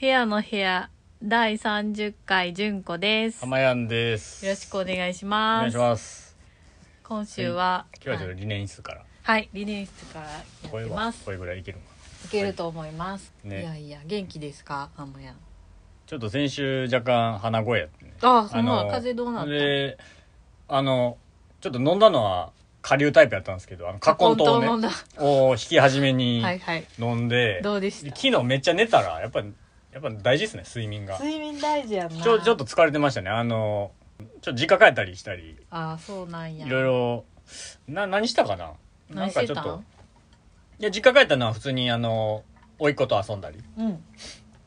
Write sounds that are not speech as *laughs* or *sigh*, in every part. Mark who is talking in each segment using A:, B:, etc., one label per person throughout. A: 部屋の部屋第30回純子です。よ
B: 浜やんです。
A: ろしくお願いし
B: お願
A: ま
B: いし
A: す。
B: ます。
A: 今週は、
B: 今日はちょっと
A: はい
B: 理念室から。
A: はい、リリースからや
B: 声
A: って
B: は
A: ます。
B: 声ぐらいいけるのか
A: いけると思います。
B: はいね
A: いやいや、元気ですかあんまやん。
B: ちょっと先週若干鼻声やってね。
A: あ、そんな風邪どうなった
B: で、あのちょっと飲んだのは下流タイプやったんですけど、あのカコン糖を
A: 飲ん
B: ね、
A: だ。
B: を引き始め
A: *laughs*
B: に
A: はいはい。
B: 飲んで、
A: どうでし
B: で
A: た
B: 昨日めっちゃ寝たらやっぱやっぱ大事ですね睡眠が。
A: 睡眠大事やんな。
B: ちょちょっと。疲れてましたね。あのちょっと実家帰ったりしたり、
A: あ、そうなんや。
B: いろいろな何したかな。な
A: 何
B: ん
A: し
B: か
A: て
B: ちょ
A: た
B: っと
A: ん。
B: いや実家帰ったのは普通にあの甥っ子と遊んだり。
A: うん。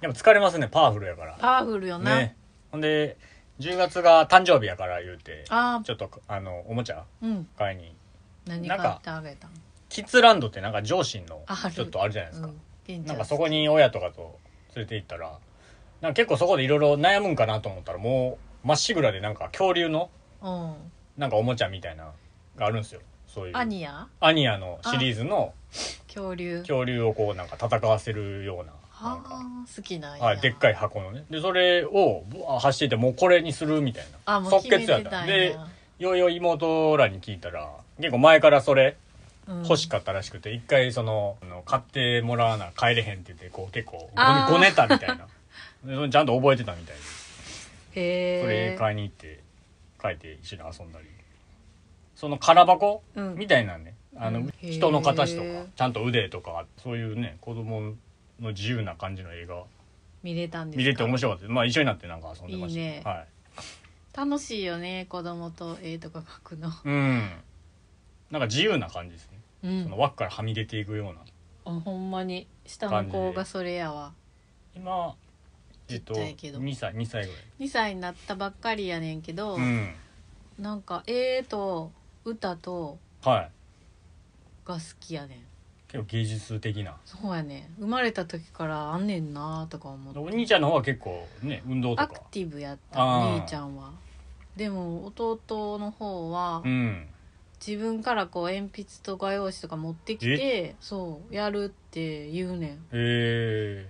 B: やっぱ疲れますねパワフルやから
A: パワフルよな。
B: ねほんで10月が誕生日やから言うて
A: あ
B: ちょっとあのおもちゃ
A: うん。
B: 買いに
A: 何買
B: なんか
A: ってあげたん
B: キッズランドってなんか上司の
A: ある
B: ちょっとあるじゃないですか、
A: うん近所
B: なんかそこに親とかと連れて行ったらなんか結構そこでいろいろ悩むんかなと思ったらもうまっしぐらでなんか恐竜の
A: うん。
B: なんかおもちゃみたいなのがあるんですよそういう
A: アニヤ
B: アニアのシリーズの
A: 恐竜。
B: 恐竜をこうなんか戦わせるようなな
A: は
B: んか
A: あ、好きなんや。
B: はい、でっかい箱のねでそれをぶわー走っててもうこれにするみたい
A: あ、
B: な
A: もう
B: 即
A: 決め
B: 決や
A: て
B: った
A: た
B: ん
A: ん
B: で
A: や。
B: よいよ妹らに聞いたら結構前からそれ
A: うん
B: 欲しかったらしくて、一回そのあの買ってもらわな帰れへんって言ってこう結構
A: あー
B: ごごねたみたい
A: *laughs*
B: なでそれちゃんと覚えてたみたいで
A: へえ。
B: それ買いに行って帰って一緒に遊んだりその空箱、
A: うん
B: みたいなねあ
A: う
B: の
A: ん
B: 人の形と
A: へ
B: か
A: ー
B: ちゃんと腕とかそういうね子供の自由な感じの映画
A: 見れたんですか
B: 見れて面白かったですまあ一緒になってなんか遊んでました
A: いいね
B: はい、
A: 楽しいよね、子供と絵とか描くの。
B: うんなんか自由な感じですね、
A: う
B: そ
A: ん
B: の。枠からはみ出ていくような
A: あほんまに。下の子がそれやわ。
B: 今えっと
A: ちっちゃいけど
B: 2歳2歳ぐらい
A: 2歳になったばっかりやねんけど、
B: うん
A: なんか絵と歌と
B: はい
A: が好きやねん。
B: 結構芸術的な
A: そうやねん。生まれた時からあんねんなとか思って
B: お兄ちゃんの方は結構ね運動と
A: アク
B: か
A: ティブやった
B: あー
A: お兄ちゃんはでも弟の方は、
B: うん
A: 自分からこう鉛筆と画用紙とか持ってきてそうやるって言うね
B: え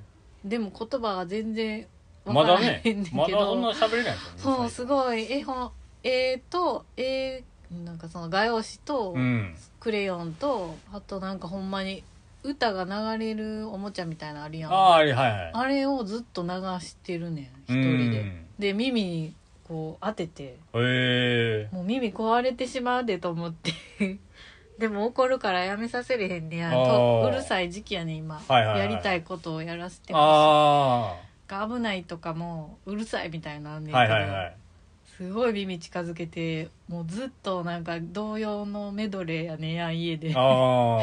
A: んでも言葉が全然
B: ー、
A: わ
B: ま
A: から
B: だ
A: へん
B: ね
A: ねん
B: ま
A: け *laughs*
B: だそ
A: ど、
B: んな喋れないですよね
A: そうす
B: 最初
A: ごい絵本絵と絵なんかその画用紙と
B: うん
A: クレヨンと、あとなんかほんまに歌が流れるおもちゃみたいなのあるやん
B: ああはいはい
A: あれをずっと流してるねん
B: うん
A: 一人でで耳にこう当てて
B: へえ
A: もう耳壊れてしまうでと思って *laughs* でも怒るからやめさせれへんねや
B: あー
A: とうるさい時期やね今、
B: はいはいはい
A: やりたいことをやらせて
B: ー、
A: ほ
B: あ
A: しいが危ないとかもうるさいみたいなのあんね
B: あ
A: ん
B: はいはいはい
A: すごい耳近づけてもうずっとなんか童謡のメドレーやねんや家で
B: ああ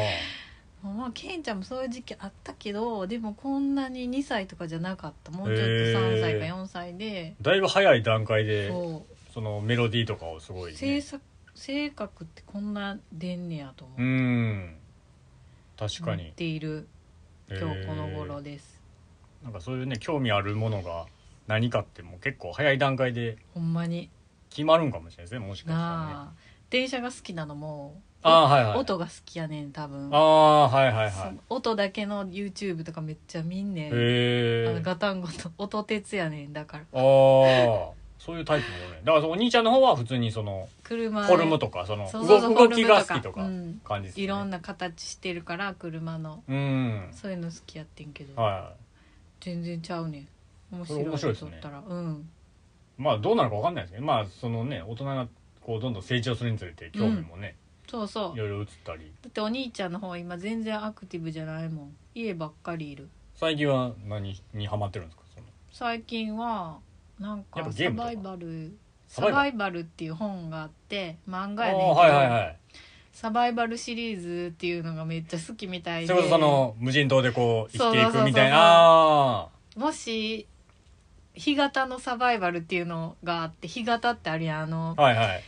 A: まあケンちゃんもそういう時期あったけどでもこんなに2歳とかじゃなかったもうちょっと3歳か4歳で、
B: だいぶ早い段階で
A: そう
B: そのメロディーとかをすごい、
A: 性
B: ね、
A: 作性格ってこんな出んねやと思
B: う
A: っ
B: ん確かに
A: ている
B: 今
A: 今日この頃です、
B: なんかそういうね興味あるものが何かってもう結構早い段階で
A: ほんまに
B: 決まるんかもしれないですねもしかしたらね
A: なあ電車が好きなのも
B: あーはいはい
A: 音が好きやねん多分
B: ああーはいはい
A: そ
B: はい
A: の音だけの YouTube とかめっちゃ見んねん、
B: へ
A: あの
B: え
A: ガタンゴと音鉄やねんだから
B: ああそういうタイプもねだからそのお兄ちゃんの方は普通にその
A: 車
B: フォルムとかその
A: そうそうそう
B: 動動
A: フォル
B: き
A: ム
B: が好きとか
A: うん
B: 感じですね
A: いろんな形してるから車の
B: うん
A: そういうの好きやってんけど、
B: は
A: 全然ちゃうねん面白
B: それ面白
A: い
B: いです
A: と
B: ね
A: ったら、うん
B: いまあどうなるかわかんないですけどまあそのね大人がこうどんどん成長するにつれて興味もね、
A: そうそう
B: いろいろ移ったり
A: だってお兄ちゃんの方今全然アクティブじゃないもん家ばっかりいる
B: 最近は何にハマってるんですかその
A: 最近はなん
B: やっ
A: か
B: ぱゲ
A: サ
B: ームとか
A: バイバル
B: サ
A: サ
B: バイバル
A: バイバルっていう本があって漫画やねんけ
B: あ
A: ど、
B: ーはいはいはい
A: サバイバルシリーズっていうのがめっちゃ好きみたい
B: そ
A: で
B: れこそその無人島でこう生きてい
A: そうそうそうそ
B: く
A: う
B: みたいなあ
A: もし干潟のサバイバルっていうのがあって干潟ってあるやんあの、
B: ーはいはい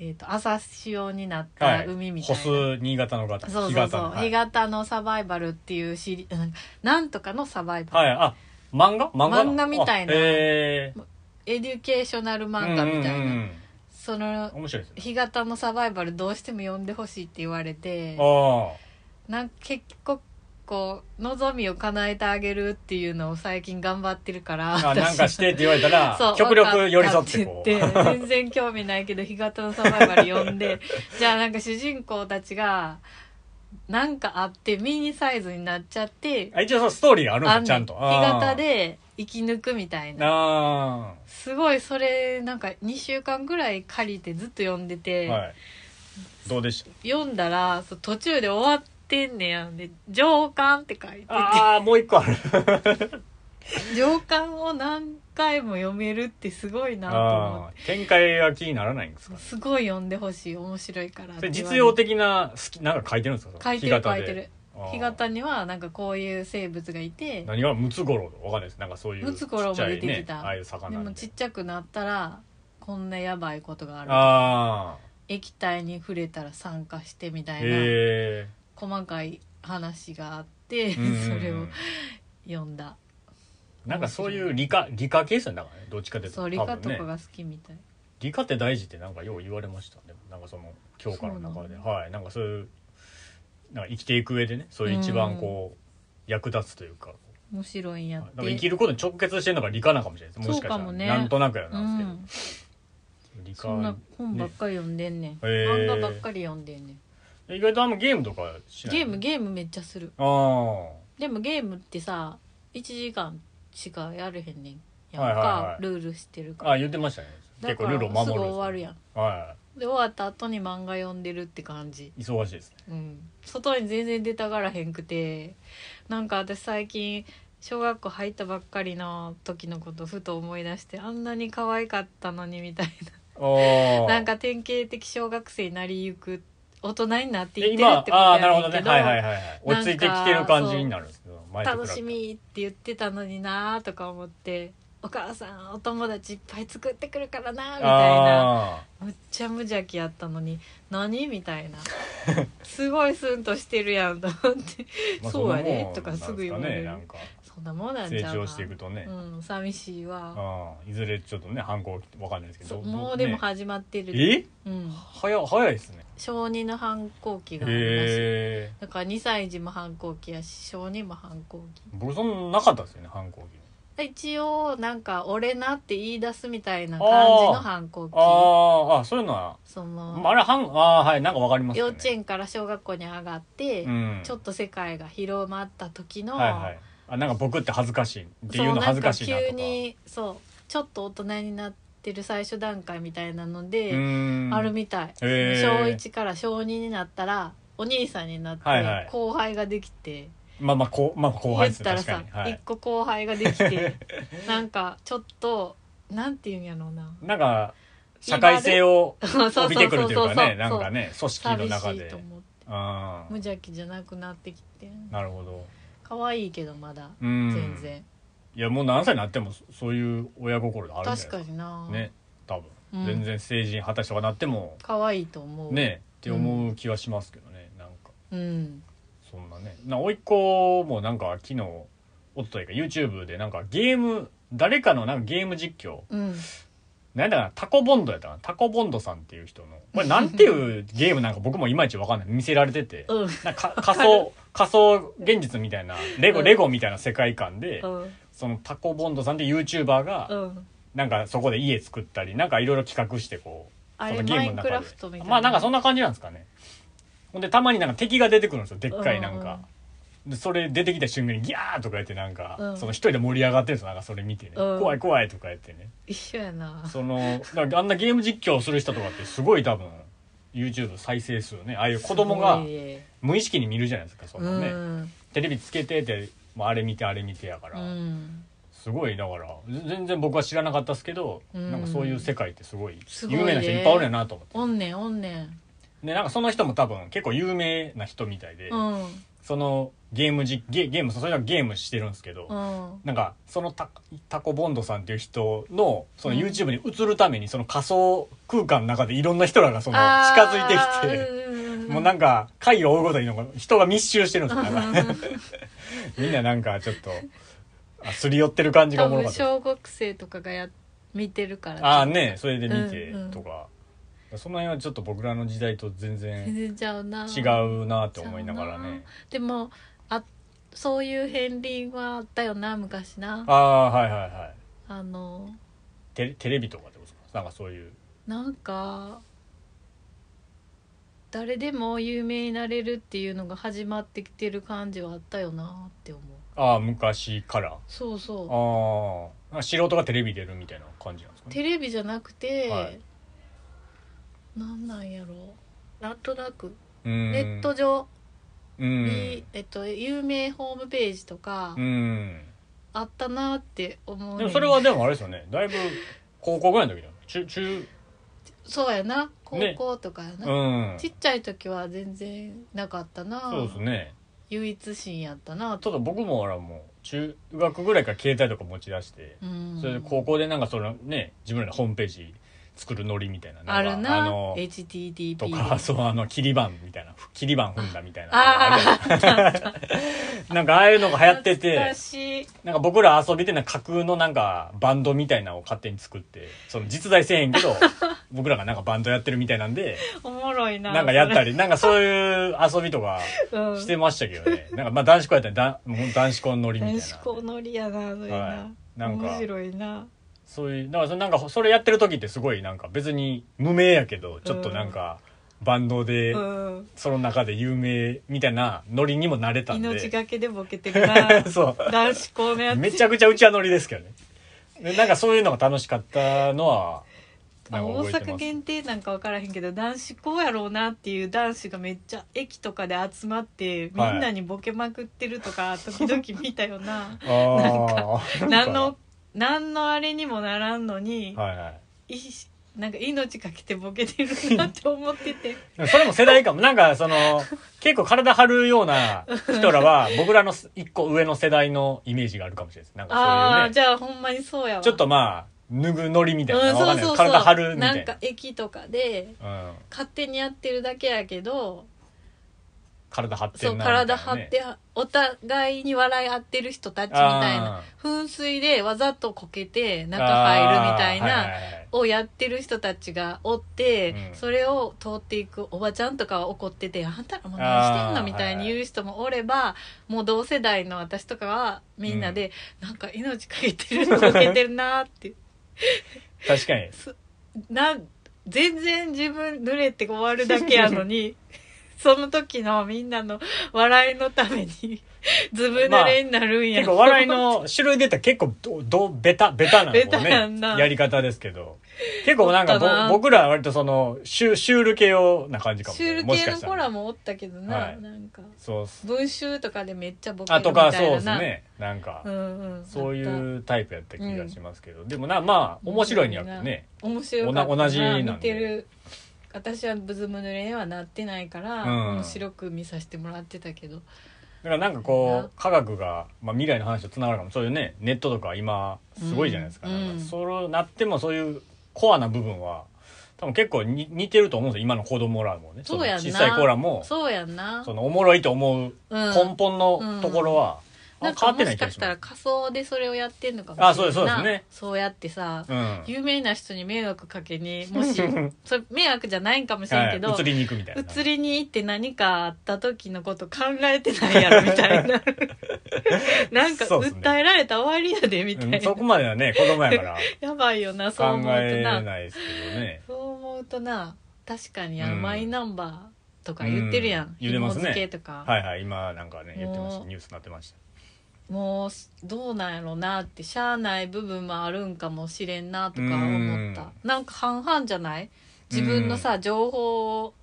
A: えー、と朝潮になっ
B: は
A: た
B: い
A: 海みたい
B: ホ
A: な、
B: ス新潟の方
A: そうそう
B: 干潟
A: そう
B: のは
A: 干
B: い、
A: 潟のサバイバルっていうシリなんか *laughs* なんとかのサバイバル、
B: はいあ漫画漫画なの
A: 漫画みたいな
B: あへー
A: エデュケーショナル漫画みたいな、
B: うんうんうん
A: その
B: 面白いですね
A: 干潟のサバイバルどうしても読んでほしいって言われて
B: ああ
A: なんか結構こう望みを叶えてあげるっていうのを最近頑張ってるから
B: あなんかしてって言われ
A: *laughs*
B: た
A: そ
B: ら
A: う
B: 極力寄り添って
A: わか
B: こ
A: っ
B: う
A: たって言って全然興味ないけど「干潟のサバイバル」読ん
B: *laughs*
A: でじゃあなんか主人公たちがなんかあってミニサイズになっちゃって
B: あ一応そのストーリーがあるん
A: あ
B: だ
A: ん
B: ちゃんと
A: 日
B: あー
A: 潟で生き抜くみたいな
B: あ
A: すごいそれなんか2週間ぐらい借りてずっと読んで
B: ー
A: て、
B: はいどうでした
A: 読んだらそう途中で終わってんねやんで「上巻」って書いてて
B: ああもう一個ある
A: 上巻を何回も読めるってすごいなと思っ
B: あー展開は気にならないんですか
A: てすごい読んでほしい面白いからっ
B: そ
A: て
B: れ
A: 言わ
B: 実
A: れ
B: 用的な好きなんか書いてるんですか
A: 書いてる書いて
B: る
A: る干潟にはなんかこういう生物がいて
B: 何がムツゴロウとかわかんないですなんかそういう
A: ムツゴロウも出てきた
B: ちっちゃいねああいう魚
A: で
B: みたい
A: も
B: な
A: ちっちゃくなったらこんなやばいことがある
B: あ
A: 液体に触れたら酸化してみた
B: あ
A: いな
B: へえ
A: 細かい話があって
B: うんうんうん
A: *laughs* それを読んだ
B: なんかそういう理科理科系ですよねだからねどっちかっていうと
A: そう理科とか
B: 多分ね
A: が好きみたい
B: 理科って大事ってなんかよう言われましたねなんかその教科の中
A: そう
B: で
A: な
B: はいなんかそういうなんか生きていく上でねそういう一番こう役立つというか
A: 面白いんや
B: なん
A: っ
B: か
A: て
B: 生きることに直結してるのが理科なんかもしれないですもしか
A: そ
B: した、
A: うからもね
B: なんとなくや
A: う
B: なん
A: ん
B: で、すけど理科
A: そんな本ばっかり読んでんねん、
B: へー
A: 漫画ばっかり読んでんねん
B: 意外とあんまゲームとかしない
A: ゲームゲームめっちゃする
B: ああ
A: でもゲームってさ1時間しかやれへんねんやんか、
B: はいはいはい
A: ルールしてるから
B: あ言ってましたね
A: だ
B: 結
A: か
B: 構
A: ら
B: ルールを守る
A: すぐ終わるやん
B: は
A: で終わった後に漫画読んでるって感じ
B: い忙しいですね
A: うん外に全然出たがらへんくてなんか私最近小学校入ったばっかりの時のことふと思い出してあんなに可愛かったのにみたい
B: あ
A: な *laughs*
B: あ
A: なんか典型的小学生になりゆく大人になっていってるって
B: 今
A: こと
B: ああ
A: や
B: なるほ
A: ね
B: ど
A: んけ
B: ね
A: ど
B: はいはいはいはい落ち着いてきてる感じになるんですけど前と比べ
A: 楽しみって言ってたのになーとか思って「お母さんお友達いっぱい作ってくるからな」みたいな
B: あ
A: むっちゃ無邪気やったのに「何?」みたいな「すごいスンとしてるやん」と思って
B: ー *laughs* まあ
A: そうやね
B: のもん
A: とかすぐ言われる
B: なんですかね
A: 「そんなもん
B: な
A: なんん
B: か
A: ちゃ
B: 成
A: うか
B: 長していくとね、
A: うん寂しいわ
B: ああいずれちょっとね反抗期わかんないですけ
A: そ
B: ど
A: うもうでも
B: ね
A: 始まってる、
B: え
A: うん、
B: 早早いですね
A: 小児の反抗期があるらしい、
B: へえ
A: だから2歳児も反抗期やし小児も反抗期
B: 僕そんななかったですよね反抗期
A: 一応なんか「俺な」って言い出すみたいな感じの反抗期
B: あーあそういうのは、
A: そ
B: まあ、
A: の
B: あれはんあーはいなんかわかります
A: 幼
B: よね
A: 稚園から小学校に上がって、
B: うん
A: ちょっと世界が広まった時の、
B: はいはいあなんか僕って恥ずかしいっていうの恥ずかしいなとか
A: そうなんか急にそうちょっと大人になってる最初段階みたいなの
B: う
A: で、
B: ーん
A: あるみたい、
B: へー
A: 小1から小2になったらお兄さんになって
B: はいはい
A: 後輩ができて。
B: まあまあこうまあ後
A: 言
B: 輩で
A: っ
B: す
A: たら
B: 確か
A: さ
B: に、は
A: 一
B: い
A: 個後輩ができ
B: *laughs*
A: てなんかちょっとなんて言うんやろう
B: *laughs*
A: な
B: なんか社会性を
A: そうそう
B: 帯びてくるというか
A: そ
B: ねな
A: うそ
B: ん
A: う
B: かね組織の
A: 寂
B: 中
A: しい
B: で
A: と思って
B: あ
A: 無邪気じゃなくなってきて
B: なるほど
A: 可愛いけどまだ
B: うん
A: 全然、
B: いやもう何歳になってもそそういう親心あるんじ
A: 確か
B: ゃないです
A: にな、
B: かね多
A: うん
B: 分全然成人二十歳とかなっても
A: 可愛いと思う
B: ねって思う気はしますけどねなんか
A: うん
B: そんなねな甥っ子もなんか昨日おとといか YouTube でなんかゲーム誰かのなんかゲーム実況
A: うん
B: なんだかなタコボンドやったかなタコボンドさんっていう人のこれなん
A: *laughs*
B: ていうゲームなんか僕もいまいちわかんない見せられてて
A: うん
B: なんかか仮
A: *laughs*
B: 想仮想現実みたいなレゴ、
A: うん
B: レゴみたいな世界観で、
A: うん
B: そのタコボンドさんって YouTuber が、
A: うん
B: なんかそこで家作ったりなんかいろいろ企画してこう
A: あ
B: そ
A: れ
B: の
A: マインクラフトみたいな
B: まあなんかそん
A: な
B: な感じなんですかねほんでたまになんか敵が出てくるんですよでっかいなんか、でそれ出てきた瞬間にギャーとか言ってなんか、
A: うん
B: その一人で盛り上がってるんですよなんかそれ見てね、
A: うん
B: 怖い怖いとか言ってね
A: 一緒やな
B: そのなんかあんなゲーム実況をする人とかってすごい多分 YouTube 再生数ねああいう子供
A: す
B: が
A: ごいね
B: 無意識に見るじゃないですかそん
A: う
B: なね、
A: ん
B: テレビつけてて、まあ、あれ見てあれ見てやか
A: う
B: ら、
A: ん
B: すごいだからぜ全然僕は知らなかったですけど、
A: うん
B: なんかそういう世界ってすごい
A: すごいね
B: 有名な人いっぱいおるやなと思って、
A: おんねんおんねん
B: でなんかその人も多分結構有名な人みたいで、
A: うん
B: そのゲームじゲゲームそれはゲームしてるんですけど、
A: うん
B: なんかそのタタコボンドさんっていう人のその YouTube に映るためにその仮想空間の中でいろんな人らがその近づいてきて、
A: て
B: もうなんか回を追うごとになんか人が密集してるんですよなんか *laughs* みんななんかちょっとあすり寄ってる感じが
A: 多
B: おもろか
A: 分
B: ったです
A: 小学生とかがや見てるから
B: ああねそれで見て
A: うんうん
B: とか、その辺はちょっと僕らの時代と全
A: 全
B: 然
A: 然ちゃうな
B: 違うなって思いながらね
A: でもあそういう片鱗はあったよな昔な
B: ああはいはいはい
A: あの
B: テレテレビとかってことですかなんかそういう
A: なんか誰でも有名になれるっていうのが始まってきてる感じはあったよなって思う
B: ああ昔からあ
A: そう
B: あ
A: そ
B: ーなんか素人がテレビ出るみたいな感じなんですか
A: う
B: ね
A: テレビじゃなくて、
B: はい
A: なんなんやろなんとなくネ
B: ネ
A: ット上
B: うん
A: に、えっと、有名ホームページとか
B: うん
A: あったなって思う、
B: でもそれはでもあれですよねだいぶ高校ぐらいの時だよ中中
A: そうやな高
B: ね
A: 校とかやな、
B: うん
A: ちっちゃい時は全然なかったな
B: そうですね
A: 唯一心やったな
B: ちょっと僕もほらもう中学ぐらいから携帯とか持ち出して
A: うん
B: それで高校でなんかそのね自分らのホームページ作るノリみたいななんか
A: あるな
B: あの
A: HTTP
B: とか *laughs* そうあの切り板みたいな切り板踏んだみたいな
A: あ
B: あれなんかああいうのが流行って
A: 懐か
B: て
A: しい
B: なんか僕ら遊びでなんか架空のなんかバンドみたいなのを勝手に作ってその実在せえへ
A: *laughs*
B: んけど僕らがなんかバンドやってるみたいなんで
A: おもろいな
B: なんかやった
A: り、
B: りなんかそういう遊びとか
A: うん、
B: してましたけどねなんかまあ男子校やったらだもう男子校のノリみたいな
A: 男子校ノリやなそれな,、
B: はいなんか
A: 面白いな
B: そういうだからそなんかそれやってる時ってすごいなんか別に無名やけどちょっとなんかバンドで
A: うん
B: その中で有名みたいなノリにも慣れたんで
A: 命がけでボケてるな
B: *laughs* そ
A: 男子校のや
B: う
A: つ
B: めちゃくちゃうちはノリですけどねでなんかそういうのが楽しかったのはなんか
A: 大
B: 覚えて
A: 阪
B: ます
A: 限定なんか分からへんけど男子校やろうなっていう男子がめっちゃ駅とかで集まってみん
B: はい
A: なにボケまくってるとか時々見たよな
B: あー *laughs* な
A: 何
B: ん
A: の何のあれにもならんのに、
B: はいはい
A: いしなんか命かけてボケてるなって思ってて
B: でも *laughs* それも世代かもなんかその結構体張るような人ら
A: *laughs*
B: は僕らの一個上の世代のイメージがあるかもしれないですなんかそういうね
A: ああじゃあほんまにそうやわ
B: ちょっとまあ脱ぐノリみたいな、
A: うん
B: わ
A: そ
B: か
A: うん
B: ない
A: そうそう
B: 体張るみた
A: なん
B: いな
A: か駅とかで
B: うん、
A: 勝手にやってるだけやけど
B: 体張って
A: そ
B: ん
A: う
B: なみたいなね、
A: 体張ってお互いに笑い合ってる人たちみたいな
B: あ
A: 噴水でわざとこけて
B: ー
A: 中入るみたい
B: あー
A: な
B: はいはいはい
A: をやってる人たちがおって、
B: うん
A: それを通っていくおばちゃんとかは怒ってて「あんたらもう何してん
B: あー
A: の?」みたいに言う人もおれば、もう同世代の私とかはみんなで「なんか命かけてるのかけてるな」って
B: 確か
A: *laughs*
B: に
A: な全然自分濡れて終わるだけやの
B: *laughs*
A: にその時のみんなの笑いのためにずぶ濡れになるんや、
B: 結構笑いの種類で言ったら結構どどベタベタな,、
A: ベタやんな
B: やり方ですけど結構なんか
A: おったな
B: ぼ僕らは割とそのシュシュール系をな感じかもし
A: シ
B: れ
A: ュ
B: な
A: ール系
B: いも
A: の
B: しか
A: 子
B: した
A: ら
B: ら
A: もおったけどな、
B: はい
A: なんか
B: そうっす
A: 文集とかでめっちゃボケる
B: あ
A: みた
B: と
A: いな
B: かそうですねなんか、
A: うんうん、
B: そう
A: あっ
B: いうタイプやった気がしますけど、でもなまあ面白いにはね、
A: た面白かった
B: おな同じなんで
A: 見てる私はブズム濡れにはなってないから、
B: うん
A: 面白く見させてもらってたけど
B: だからなんか
A: そうやな
B: こう科学が、まあ、未来の話とつながるかもそういうねネットとか今すごいじゃないですか,、
A: うん
B: なんか
A: うん
B: そうなってもそういうコアな部分は多分結構に似てると思うんですよ今の子供らもね
A: そうやんな
B: の小さい子らもそ
A: そうやんな
B: のおもろいと思う
A: うん
B: 根本のところは、
A: な
B: あ
A: ん
B: 変
A: か
B: わって
A: も
B: ない
A: し
B: 気が
A: か
B: し
A: した
B: ま
A: ら
B: す
A: 仮想でそれをやってんのかもしれ
B: あ
A: ない
B: そうですそうですね
A: そうやってさ、
B: うん
A: 有名な人に迷惑かけにも
B: *laughs*
A: しそれ迷惑じゃないんかもしれん
B: は
A: け
B: い
A: ど、
B: 移りに行くみたいな
A: 移りに行って何かあった時のこと考えてないやろみたい
B: *laughs*
A: ななんか
B: そうっすね
A: 訴えられたら終わりやでみたいな、
B: うんそこまではね子供やから
A: *laughs* やばいよな *laughs* そう
B: 考
A: 思うと
B: え
A: な
B: ないですけどね
A: そう思うとな確かにあの、
B: うん
A: マイナンバーとか言ってるやん、
B: うん言ってますね
A: 紐付けとか、
B: はいはい今なんかね言ってまし
A: も
B: た
A: う
B: ニュースになってました
A: もうどうなんやろなってしゃあない部分もあるんかもしれんなとか思ったなんか半々じゃない自分のさ情報を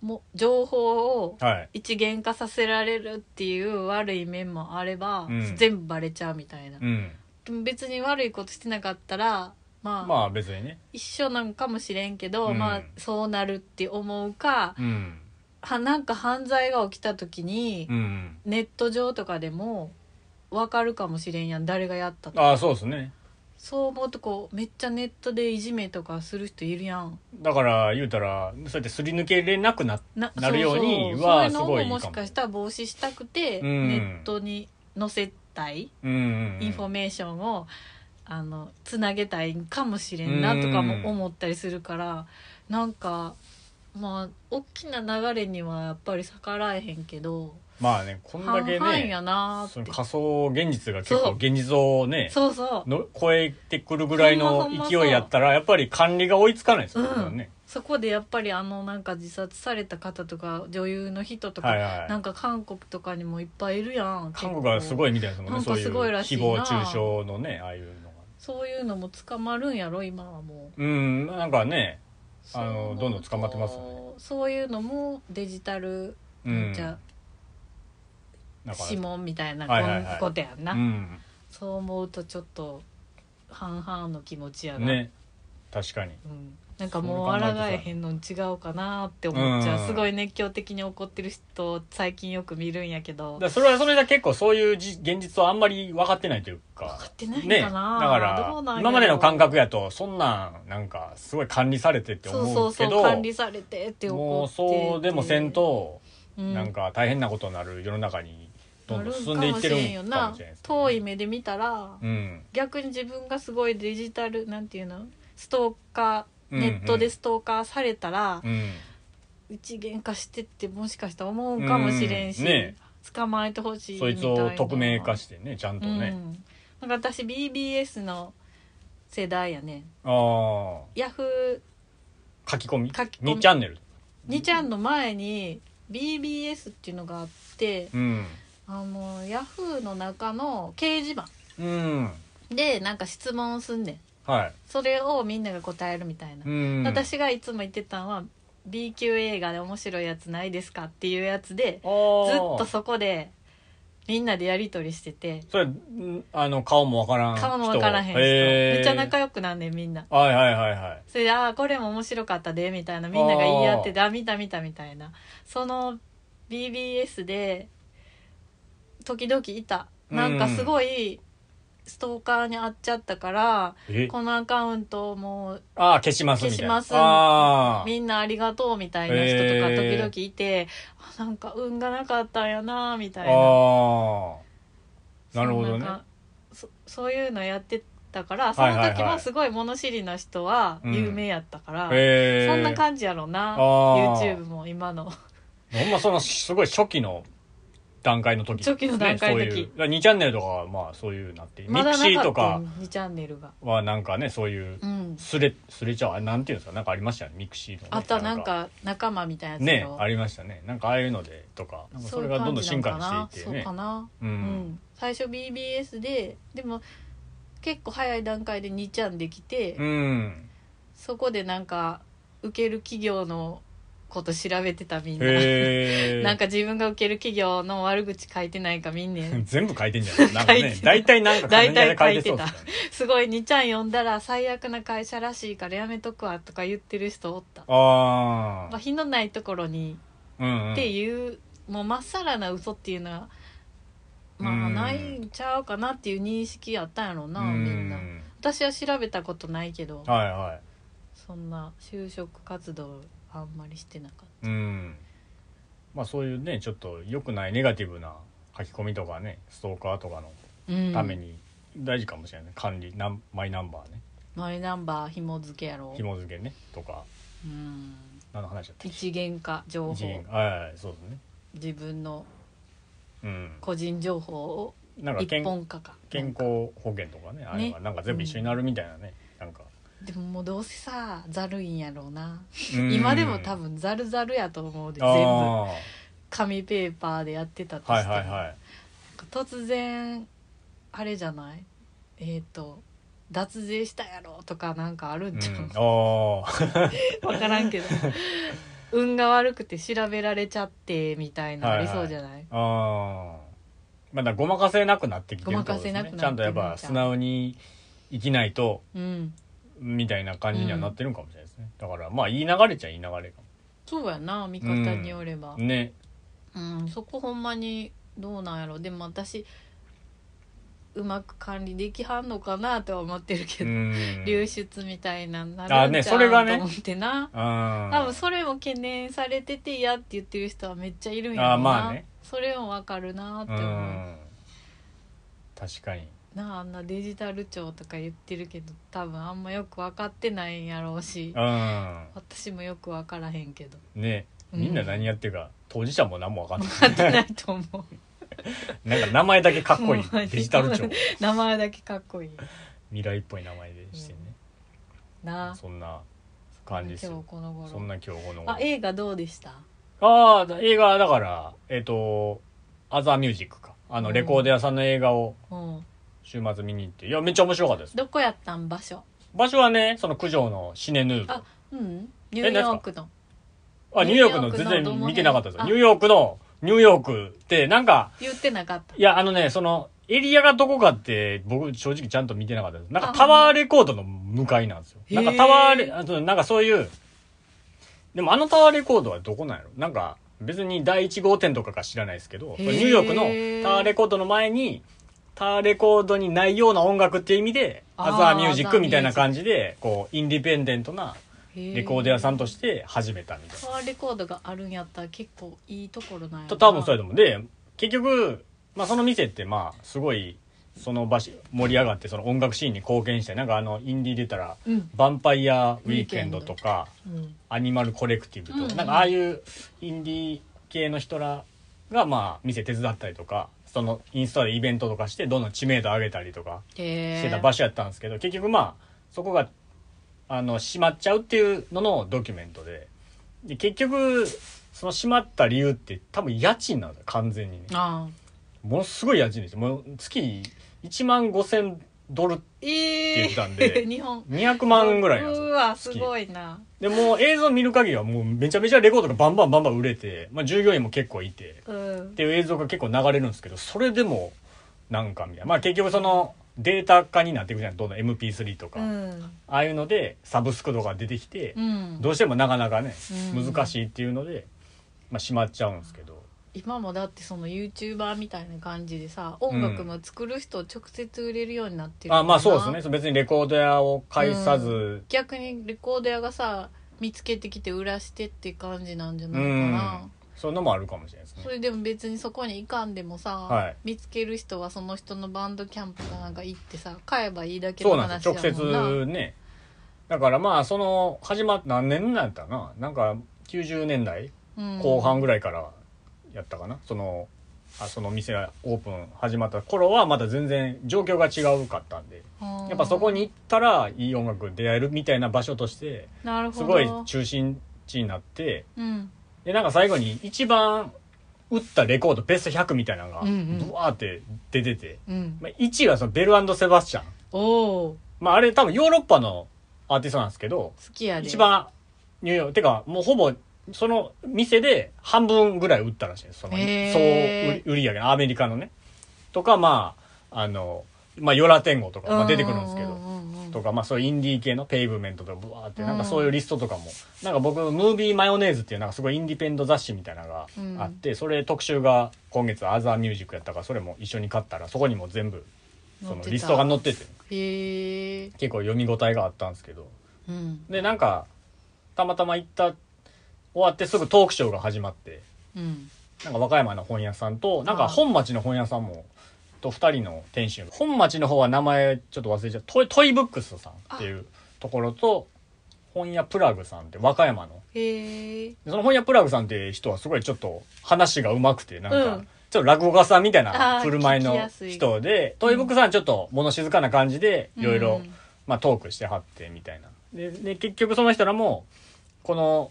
A: も情報を
B: はい
A: 一元化させられるっていう悪い面もあれば、
B: うん
A: 全部バレちゃうみたいな、
B: うん
A: でも別に悪いことしてなかったらまあ、
B: まあ別にね
A: 一緒なんかもしれんけど、
B: うん
A: まあそうなるって思うか
B: うん
A: はなんか犯罪が起きた時に
B: う、ん
A: ネット上とかでもわかるかもしれんやん誰がやったと
B: ああそうですね
A: そう思うとこうめっちゃネットでいじめとかする人いるやん
B: だから言うたらそうやってすり抜けれなくなっ
A: な
B: なるように
A: そうそう
B: は
A: そういう
B: すごい
A: のを
B: いいかも
A: もしかしたら防止したくて、
B: うん
A: ネットに載せたい
B: うんうんうん
A: インフォメーションを、あのつなげたいんかもしれんなとかも思ったりするから、なんかまあ大きな流れにはやっぱり逆らえへんけど
B: まあねこんだ
A: 半
B: け
A: 々
B: ね
A: やな
B: そ
A: ーっ
B: の
A: て
B: 仮想現実が結
A: そ
B: 構
A: う
B: 現実をね
A: そうそう
B: の超えてくるぐらいの勢いやったらやっぱり管理が追いつかないですよ
A: うん
B: ね。
A: そこでやっぱりあのなんか自殺された方とか女優の人とか、
B: はいはい
A: なんか韓国とかにもいっぱいいるやん
B: 韓国はす
A: い
B: ごいみたいですもんね
A: なん
B: そ
A: か
B: ういう
A: すごいらし
B: 誹
A: いな
B: 謗中傷のねああいうのが。
A: そういうのも捕まるんやろ今はもう
B: うんなんかねあの
A: そう
B: どんどん捕まってますよね
A: そういうのもデジタル、
B: うん
A: じゃ
B: だから
A: 指紋みたいなこ
B: はいはいはい
A: んことやんな、
B: うん
A: そう思うとちょっと半々の気持ちやな、
B: ね確かに
A: うん、なんかもう抗えへんの違うかなって思っちゃう、
B: うん
A: すごい熱狂的に怒ってる人最近よく見るんやけど
B: だからそれはそれで結構そういうじ現実をあんまり分かってないというか
A: 分かってないん
B: ね
A: か
B: だ
A: な、ど
B: か
A: うなんやろ
B: ら今までの感覚やとそんなんなんかすごい管理されてって
A: そう
B: 思
A: そう
B: うけ
A: そう
B: ど
A: 管理されてって怒
B: もう
A: ってて
B: そうでもせん、と
A: う
B: なんか大変なことになる世の中にどんどん進んでいって
A: な
B: る
A: かもしれんよ
B: んか
A: な
B: もしれないですね
A: 遠い目で見たら、
B: うん
A: 逆に自分がすごいデジタルなんていうのストーカ
B: う
A: ー
B: ん
A: ネットでストーカーされたら、
B: うん
A: 一元化してってもしかしたら思うかもしれんし、
B: うんね
A: 捕まえてほしい
B: そい
A: な
B: つを匿名化してねちゃんと
A: う
B: ね
A: ん、なんか私 BBS の世代やね
B: ああ
A: ヤフ
B: 書き込み
A: 書き込み
B: 2チャンネル
A: ー2ちゃんの前に BBS っていうのがあって
B: うん
A: あのヤフーの中の掲示板
B: うん
A: でなんか質問すんねん
B: はい
A: それをみんなが答えるみたいな、
B: うん
A: 私がいつも言ってたのは B 級映画で面白いやつないですかっていうやつで
B: ずっ
A: ずっとそこでみんなでやり取りしてて
B: それんあの顔もわからん人
A: 顔もわからへん人
B: へー
A: めっちゃ仲良くなんねんみんな
B: はいはいはいはい
A: それで「ああこれも面白かったで」みたいなみんなが言い合ってて「あ見た見た」みたいなその BBS で時々いたなんかすごいストーカーに会っちゃったから、
B: え
A: このアカウントをもう
B: ああ消しますみたいな
A: 消します
B: ああ
A: みんなありがとうみたいな人とか時々いて、あなんか運がなかったんやなみたいな
B: ああなるほ
A: そ
B: ど
A: う
B: ね
A: んかそそういうのやってたからそ
B: はい
A: の
B: はいはい
A: 時もすごい物知りの人は有名やったから、
B: へえ
A: そんな感じやろな
B: あー
A: YouTube も今の
B: ほんまそのすごい初期の段階の時
A: 初期の段階の時
B: ねそういうだから2チャンネルとかはまあそういうなってミ
A: ま
B: ク
A: だ
B: シ
A: な
B: ー
A: か
B: と
A: った
B: か
A: 2チャンネルが
B: はなんかねそういう
A: うん
B: すれすれちゃうあれなんていうんですかなんかありましたよねミクシーのね
A: あったなんか仲間みたいなやつ
B: ね
A: を
B: ありましたねなんかああいうのでとかなんかそれがどんどん進化していって
A: そういう
B: ね
A: 感じなんかな
B: う
A: そうかな、うんん、最初 BBS ででも結構早い段階で2ちゃんできて、
B: うん
A: そこでなんか受ける企業のこと調べてたみんな、
B: へえ
A: なんか自分が受ける企業の悪口書いてないかみんねん
B: *laughs* 全部書いてんじゃないなんか
A: 書い
B: ね
A: てた
B: 大体なんか
A: 大体
B: 書いてそうですよね
A: すごい2ちゃん読んだら最悪な会社らしいからやめとくわとか言ってる人おった
B: あ
A: まあ
B: あ
A: 火のないところに
B: うんうん
A: っていう、もうまっさらな嘘っていうのはま
B: う
A: あ
B: ん
A: ないんちゃうかなっていう認識やったんやろうな、
B: う
A: みんな私は調べたことないけど
B: はいは
A: そんな就職活動あんまりしてなかっ
B: いうんまあそういうねちょっと良くないネガティブな書き込みとかねストーカーとかの
A: た、うん、
B: ために大事かもしれない、管理ナンマイナンバーね
A: マイナンバー紐付けやろう、
B: 紐付けねとか
A: うん、
B: 何の話だったっけ
A: 一元化情
B: 一元
A: 報
B: 化はいはいそうですね
A: 自分の
B: うん
A: 個人情報を
B: なんか
A: 一
B: 健
A: 本化か
B: 健康保険とかねあれはなんか全部一緒になるみたいなねなんか
A: でももうどうせさざるいんやろうな
B: うん
A: *laughs* 今でも多分ざるざるやと思うで全部
B: あ
A: 紙ペーパーでやってたとし
B: ー
A: ても
B: はいはいはい
A: 突然あれじゃないえっ、と脱税したやろとかなんかあるんちゃう、 *laughs*
B: ああ
A: 分からんけ
B: *laughs*
A: ど運が悪くて調べられちゃってみたいなありそうじゃない、
B: ああまだごまかせなくなってきてるってことです
A: ごまかせな
B: ね
A: くなってる
B: ちゃんとやっぱ素直に生きないと
A: うん
B: みたいな感じにはなってるんかもしれないですね、だからまあ言い流れちゃ言い流れか
A: そうやな見方によれば
B: も、ね
A: うんそこほんまにどうなんやろでも私うまく管理できはんのかなとは思ってるけ
B: う
A: ど、
B: ん
A: 流出みたいなんなるん
B: あね
A: ちゃう
B: それがね
A: と思ってな
B: あ
A: 多分それも懸念されてて嫌って言ってる人はめっちゃいるんやろな
B: あまあね
A: それもわかるなって
B: う
A: 思う、
B: ん確かに
A: なああんなデジタル庁とか言ってるけど多分あんまよく分かってないんやろうし
B: う
A: 私もよく分からへんけど
B: んね
A: うん
B: みんな何やってるか当事者も何も *laughs* 分かんない
A: 分かって *laughs* ないと思う
B: なんか名前だけかっこ
A: *laughs*
B: いい
A: ほんまに
B: デジタル庁
A: 名前だけかっこいい
B: 未来っぽい名前でしてね、
A: な
B: そんな感じです
A: 今
B: よ
A: 日この頃
B: そんな今日この
A: あ映画どうでした
B: ああ映画はだからえっ、とアザーミュージックかあ
A: う
B: の
A: ん
B: レコード屋さんの映画を
A: うん
B: 週末見に行っていやめっちゃ面白かったです
A: どこやったん場所
B: 場所はねその九条のシネヌード
A: あうんニューヨークの
B: あニューヨークの
A: ニューヨーク
B: 全
A: のどの
B: 然
A: 辺
B: 見てなかったです
A: あ
B: ニューヨークのニューヨークってなんか
A: 言ってなかった
B: いやあのねそのエリアがどこかって僕正直ちゃんと見てなかったですなんかタワーレコードの向かいなんですよ
A: へ
B: な
A: ー
B: んかタワーレあとなんかそういうでもあのタワーレコードはどこなんやろなんか別に第1号店とかか知らないですけど
A: へ
B: ニ
A: ー
B: ューヨークのタワーレコードの前にタワーレコードにないような音楽っていう意味で
A: あー
B: アザーミュー
A: ア
B: ジッ
A: ザー
B: ク
A: ミュージック
B: みたいな感じでこうインディペンデントなレ
A: レ
B: コード屋さん
A: と
B: として始めたみたいな
A: カーレコードがあるんやったら結構いいところなんや
B: た多分そうや
A: だ
B: と思うで結局、まあ、その店ってまあすごいその場所盛り上がってその音楽シーンに貢献してなんかあのインディー出たら
A: うん
B: 「ヴァンパイアウィークエンド」とか
A: うん
B: 「アニマルコレクティブ」
A: うん
B: とかなんかああいうインディー系の人らがまあ店手伝ったりとかそのインスタでイベントとかしてどんどん知名度上げたりとか
A: へえ
B: してた場所やったんですけど結局まあそこがあの閉まっちゃうっていうののドキュメントでで結局その閉まった理由って多分家賃なんだよ完全にね
A: ああ
B: ものすごい家賃でしたもう月1万5,000ドル
A: ええ
B: って言ってたん *laughs* で
A: 日本
B: 200万ぐらいなんです
A: う
B: よ
A: わすごいな
B: でもう映像見る限りはもうめちゃめちゃレコードがバンバンバンバン売れて、まあ、従業員も結構いて
A: うん
B: っていう映像が結構流れるんですけどそれでもなんかみたいなまあ結局そのデータ化になっていくじゃないどんどん MP3 とか、
A: うん
B: ああいうのでサブスクとか出てきて、
A: うん
B: どうしてもなかなかね、
A: うん
B: 難しいっていうので、まあ、閉まっちゃうんですけど
A: 今もだってその YouTuber みたいな感じでさ音楽も作る人を直接売れるようになってる
B: あまあそうです
A: ね
B: ねそう別にレコード屋を介さず、
A: 逆にレコード屋がさ見つけてきて売らしてって感じなんじゃないか
B: う
A: な、
B: そういうのもあるかもしれないです
A: そ
B: ね
A: れでも別にそこに行かんでもさ、
B: はい
A: 見つける人はその人のバンドキャンプかなんか行ってさ買えばいいだけ
B: そ
A: の
B: うなんです
A: 話
B: よ
A: やもんな
B: 直接ねだからまあその始まっ何年なんやったかななんか90年代
A: うん
B: 後半ぐらいからやったかな、そのあその店がオープン始まった頃はまだ全然状況が違うかったんで
A: うん
B: やっぱそこに行ったらいい音楽出会えるみたいな場所として
A: なるほ
B: す
A: ど
B: ごい中心地になって
A: うん、
B: でなんか最後に一番打ったレコードベスト100みたいなのが
A: うんうん
B: ブワーって出てて、
A: うん、
B: まあ、1位はそのベルセバスチャン、
A: おお
B: まあ、あれ多分ヨーロッパのアーティストなんですけど
A: 好きやで
B: 一番ニューヨークてかもうほぼその店で半分ぐらい売ったらしいですその
A: へ
B: 総売り上げアメリカのねとかまああの、まあ、ヨラテンゴとか、まあ、出てくるんですけど、
A: うんうんうんうん
B: とか、まあ、そういうインディー系のペイブメントとかブワーってなんかそういうリストとかも、なんか僕ムービーマヨネーズっていうなんかすごいインディペンド雑誌みたいなのがあって、それ特集が今月アザーミュージックやったからそれも一緒に買ったらそこにも全部
A: 載
B: そ
A: っ
B: の
A: てた
B: リストが載ってて
A: へえ、
B: 結構読み応えがあったんですけど
A: うん
B: でなんかたまたま行った終わってすぐトークショーが始まって
A: うん、
B: なんか和歌山の本屋さんとなん
A: ああ
B: か本町の本屋さんもと2人の店主本町の方は名前ちょっと忘れちゃったトイトイブックスさんっていうところと本屋プラグさんって和歌山の
A: へえ
B: でその本屋プラグさんっていう人はすごいちょっと話がうまくてなんか、
A: うん
B: ちょっと落語家さんみたい
A: あ
B: な
A: あ
B: 振る舞い
A: 聞き
B: の
A: やすい
B: 人でトイブックスさんはちょっと物静かな感じでいろいろまあ、トークしてはってみたいなでで結局その人らもこの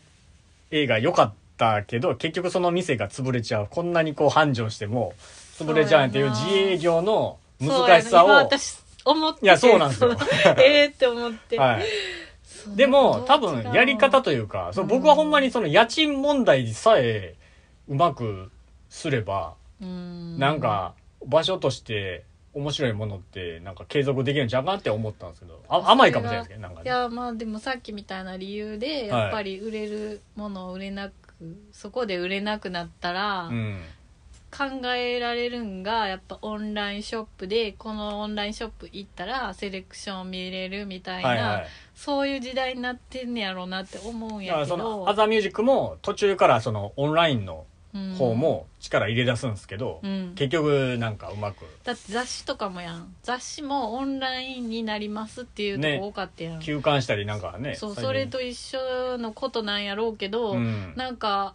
B: 映画良かったけど結局その店が潰れちゃうこんなにこう繁盛しても潰れちゃうっていう
A: そうやな
B: 自営業の難しさを
A: そうやな今私思ってて
B: いやそうなんですよ
A: *laughs* ええって思って、
B: はい、
A: そう
B: でも多
A: 違
B: 分
A: う
B: やり方というかそう
A: うん
B: 僕はほんまにその家賃問題さえうまくすれば
A: うん
B: なんか場所として面白いものってなんか継続できるんちゃうかなって思ったんですけどあ甘いかもしれないですけどなんか
A: い
B: ね。
A: やまあでもさっきみたいな理由でやっぱり売れるものを売れなく、そこで売れなくなったら
B: うん
A: 考えられるんがやっぱオンラインショップでこのオンラインショップ行ったらセレクション見れるみたいな、
B: はいはい
A: そういう時代になってんねやろうなって思うん
B: だか
A: や
B: ら
A: け
B: そ
A: ど
B: のアザーミュージックも途中からそのオンラインの
A: うん
B: 方も力入れ出すんですけど、
A: うん
B: 結局なんかうまく
A: だって雑誌とかもやん雑誌もオンラインになりますっていうと
B: ね
A: こ多かったやん、
B: 休館したりなんかね
A: そう
B: 最近
A: それと一緒のことなんやろうけど、
B: うん
A: なんか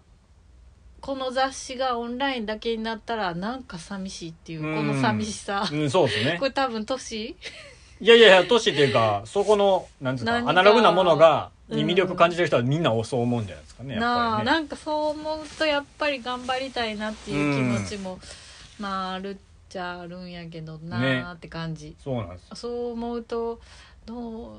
A: この雑誌がオンラインだけになったらなんか寂しいっていうこの寂しさ、
B: うん、そうですね
A: こ。れ多分年
B: いやいやいや、都市っていうか、そこの、なんつうか、
A: 何か
B: アナログなものが、
A: うん
B: に魅力感じてる人はみんなそう思うんじゃないですかね、やっ
A: な
B: ぱ
A: あ
B: りね。
A: なんかそう思うとやっぱり頑張りたいなっていう気持ちも、まああるっちゃあるんやけどなあって感じ、
B: そうなんです。
A: そう思うとど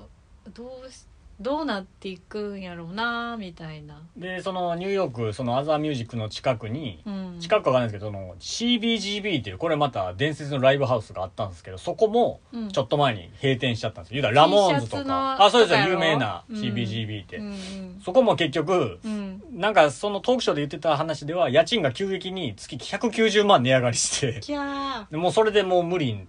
A: うどうしどうなっていくんやろうなみたいな、
B: で、そのニューヨーク、そのアザーミュージックの近くに、
A: うん、
B: 近くはわかんないですけど、その CBGB っていう、これまた伝説のライブハウスがあったんですけど、そこも、
A: うん
B: ちょっと前に閉店しちゃったんですよ。言うたらラモーンズと
A: T シャツの
B: か。あ、そうです
A: と
B: よ、
A: かや
B: 有
A: ろ
B: 名な
A: うん
B: CBGB って。
A: うんうん
B: そこも結局、
A: うん
B: なんかそのトークショーで言ってた話では、家賃が急激に月190万値上がりして、 *laughs*
A: キャー
B: でもうそれでもう無理に、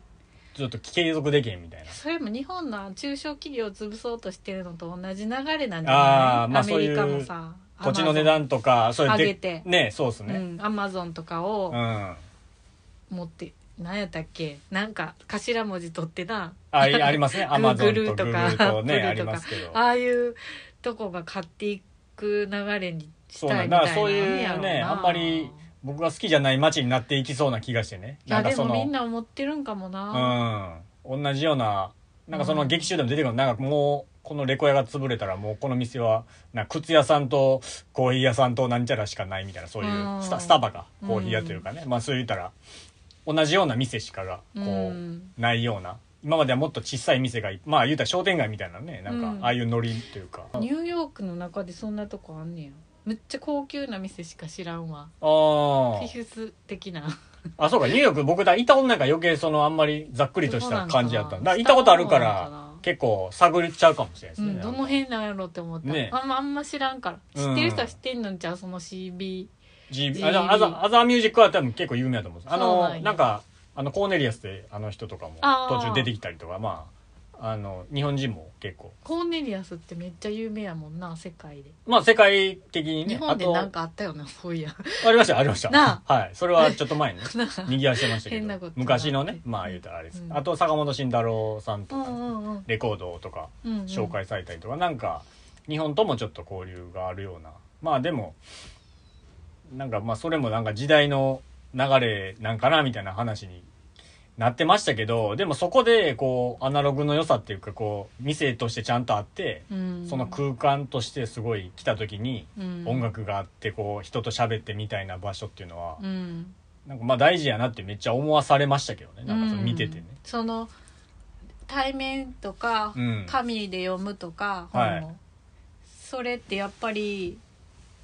B: ちょっと継続できへんみたいな。
A: それも日本の中小企業を潰そうとしてるのと同じ流れなんじゃない
B: あーまあ
A: アメリカもさ
B: 土地の値段とか、それ
A: 上
B: で
A: げて
B: ね、そうですね。
A: アマゾンとかを
B: うん。
A: 持って何やったっけなんか頭文字取ってな
B: あいありますね。アマゾンと
A: *laughs*
B: グ
A: グ
B: ー
A: ー
B: グ
A: とか
B: ルとね、あ
A: アップ
B: り
A: ルとか
B: ますけど。
A: ああいうとこが買っていく流れにし
B: そう
A: た
B: ないん
A: み
B: だ
A: た
B: か
A: いな
B: らそう
A: あんね
B: い
A: やろ
B: う
A: な
B: ね、あんまり僕が好きじゃない街になっていきそうな気がしてね。
A: い
B: な
A: や
B: んか
A: で
B: そ
A: もみん
B: の、
A: な思ってるんかもな、
B: うん。同じような、なんかその劇中でも出てくる、なんかもう、このレコ屋が潰れたらもうこの店は、なんか靴屋さんとコーヒー屋さんとなんちゃらしかないみたいな、そういう
A: うん
B: スタ、スタバがコーヒー屋というかね。まあそう言ったら、同じような店しかが、こう、
A: ん
B: ないような今まではもっと小さい店がいまあ言うたら商店街みたいなねなんか
A: うん
B: ああいうノリというか、あ
A: ニューヨークの中でそんなとこあんねやめっちゃ高級な店しか知らんわ
B: あ
A: フィフス的な
B: あそうかニューヨーク僕だ行ったことないから余計そのあんまりざっくりとした感じやったんだだから行ったことあるから結構探っちゃうかもしれないで
A: う
B: すね、
A: ん、どの
B: なんか
A: 辺なんやろって思った、
B: ね
A: あんまあんま知らんから
B: うん
A: 知ってる人は知ってんのんちゃうその CB
B: GB
A: GB
B: あじゃあアザアザーミュージックは多分結構有名だと思うんですあ
A: そう
B: の
A: なん
B: な
A: や
B: んかあのコーネリアスであの人とかも
A: あー
B: 途中出てきたりとかまああの日本人も結構
A: コーネリアスってめっちゃ有名やもんな世界で、
B: まあ世界的にね
A: 日本で
B: あと
A: なんかあったよなそういや
B: ありましたよありました
A: な
B: *laughs* はいそれはちょっと前
A: *laughs*
B: にね
A: な
B: にぎわしてましたけ
A: 変なこ
B: ど
A: と
B: 昔のねまあ言うたらあれです、
A: うん
B: あと坂本慎太郎さん
A: う
B: と
A: ん
B: か、
A: うんうん
B: レコードとか
A: うんうん
B: 紹介されたりとか、なんか日本ともちょっと交流があるようなまあでもなんかまあそれもなんか時代の流れなんかなみたいな話になってましたけどでもそこでこうアナログの良さっていうかこう店としてちゃんとあって
A: うん
B: その空間としてすごい来た時に
A: うん
B: 音楽があってこう人と喋ってみたいな場所っていうのは
A: うん
B: なんかまあ大事やなってめっちゃ思わされましたけどねなんかその見ててね
A: うん、その対面とか、
B: うん
A: 紙で読むとか本を、
B: はい
A: それってやっぱり